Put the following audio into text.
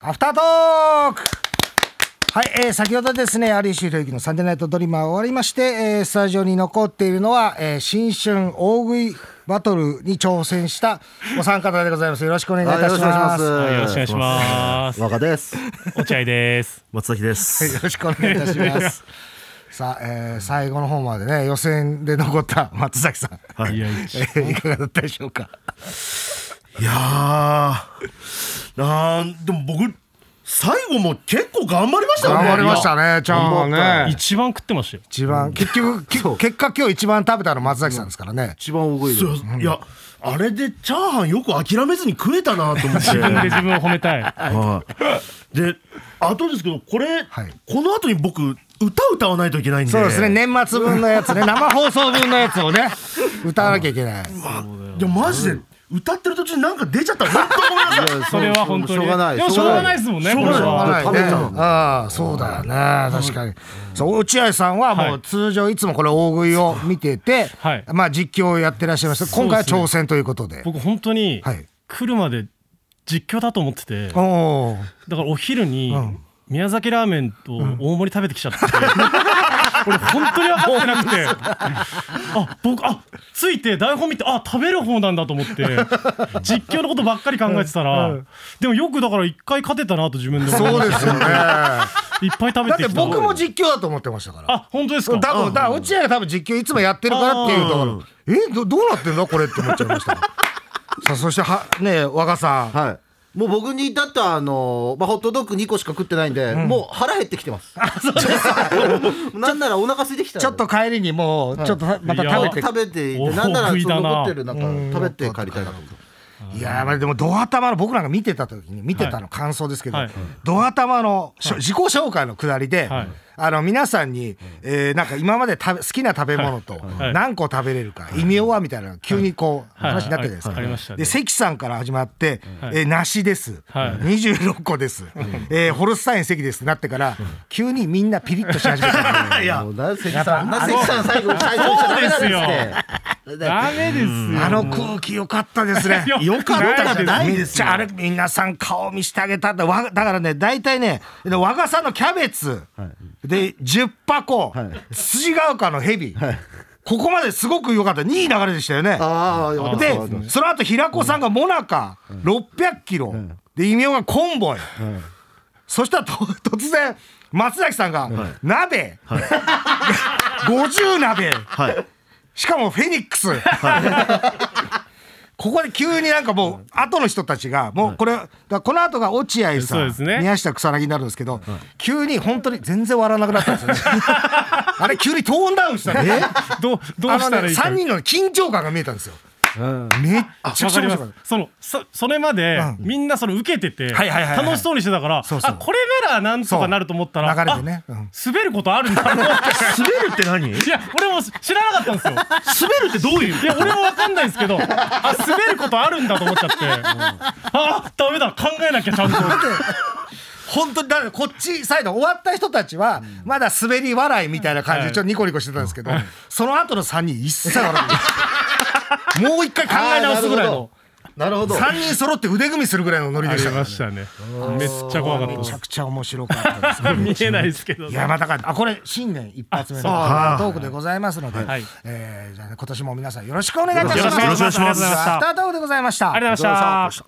アフタートークはい、えー先ほどですね、有吉弘行のサンデーナイトドリーマー終わりまして、えースタジオに残っているのは、えー新春大食いバトルに挑戦したお三方でございます。よろしくお願いいたします。はい。よろしくお願いします若です。落合です。松崎ではいよす。ろしくお願いいたし ます。さあ、えー最後の方までね、予選で残った松崎さん、はいい。いややえーいかがだったでしょうか。ー、なんでも僕最後も結構頑張りましたよね。頑張りましたね、ちゃんはね。一番食ってましたよ。一番、結局、き結果今日一番食べたの松崎さんですからね。一番大食いでそういや、あれでチャーハンよく諦めずに食えたなと思って。自分で自分を褒めたい。はい。で、あとですけどこれ、はいこの後に僕歌歌わないといけないんで。そうですね、。年末分のや つね、生放送分のやつをね、歌わなきゃいけない。いやマジで歌ってる途中になんか出ちゃった。本当ごめんなさい。それは本当に。しょうがないでもしょうがないですもんね。しょうがないこれははい食べちゃうねああ、そうだよね、確かに。そう、落合さんはもはうい通常いつもこれ大食いを見ててはい、まあ実況をやってらっしゃいました。今回はそうですね挑戦ということで。僕本当にはい来るまで実況だと思ってて、だおかおー。らお昼に宮崎ラーメンと大盛り食べてきちゃって。俺本当に分 かってなくてあ僕あついて台本見てあ食べる方なんだと思って実況のことばっかり考えてたらでもよくだから一回勝てたなと自分で思いまそうしでたす よね。だいっぱい食べっててきた僕も実況だと思ってましたから。あ本当です多か分、だから落合が多分実況いつもやってるからっていうところ、え、どどうなってんだこれって思っちゃいました。さあ、そしては、ね、若さん。はい。もう僕に至ったあのまあホットドッグ2個しか食ってないんで、もう腹減ってきて ます。なんならお腹空いてきた。ちょっと。帰りにもう、ちょっとまた食べて食べていおて、なんならそ大食いだのな残ってるなんか食べて帰りたいなと思って。いやーまあでもド頭の僕らが見てた時に見てたの感想ですけど、はいド頭のしょ、自己紹介のくだりで、はいあの皆さんに、えーなんか今まで食べ好きな食べ物とはい何個食べれるか、異名はみたいなのが急にこう、はい話になったじゃないですか、はいはいありましたねで関さんから始まって「はいえー梨です」はい26個です」えーホルスタイン関です」ってなってから急にみんなピリッとし始めたんでい やもうな関やっぱさん、な関さん最後最初にしちゃダメなんですって。ダメですよ。あの空気良かったですね。 よよかったじゃないですめっちゃあれ皆さん顔見してあげたってわだからね大体ね和賀さんのキャベツ、で10箱、辻が丘のヘビ、ここまですごく良かったいい流れでしたよね。ああ、よかったでその後平子さんがモナカ600キロ、で異名がコンボイ、そしたらと突然松崎さんが「鍋、50鍋」はい。しかもフェニックス。ここで急になんかもう後の人たちがもうこれだからこの後が落合そさ、うんですね宮下草薙になるんですけど、急に本当に全然笑わなくなったんですよねあれ急にトーンダウンしたね どうどうあしのたらねいいか。 3人の緊張感が見えたんですよ、めっちゃくわちかゃり面白まかっす。そのそそれまでうんみんなそれ受けててはいはいはいはい楽しそうにしてたから、そうそうあこれならなんとかなると思ったら、そう流れてねあうん滑ることあるんだ と思って。滑るって何？いや俺も知らなかったんですよ。滑るってどういういや俺もわかんないんですけど、あ滑ることあるんだと思っちゃって、あダメだ考えなきゃちゃんと。た本当にだからこっちサイド終わった人たちはまだ滑り笑いみたいな感じでちょっとニコニコしてたんですけど、その後の3人一切笑ってないもう一回考え直すぐらいの。なるほど。三人揃って腕組みするぐらいのノリあでしりたからましたね。めっちゃ怖かっめたでちゃす。くちゃ面白かったですね見えないですけど。いやまあだからあこれ新年一発目のトあそうークでございますので、はいえーじゃあね今年も皆さんよろしくお願いいたします。よろしくお願いしますアフタートークでございました。ありがとうございました。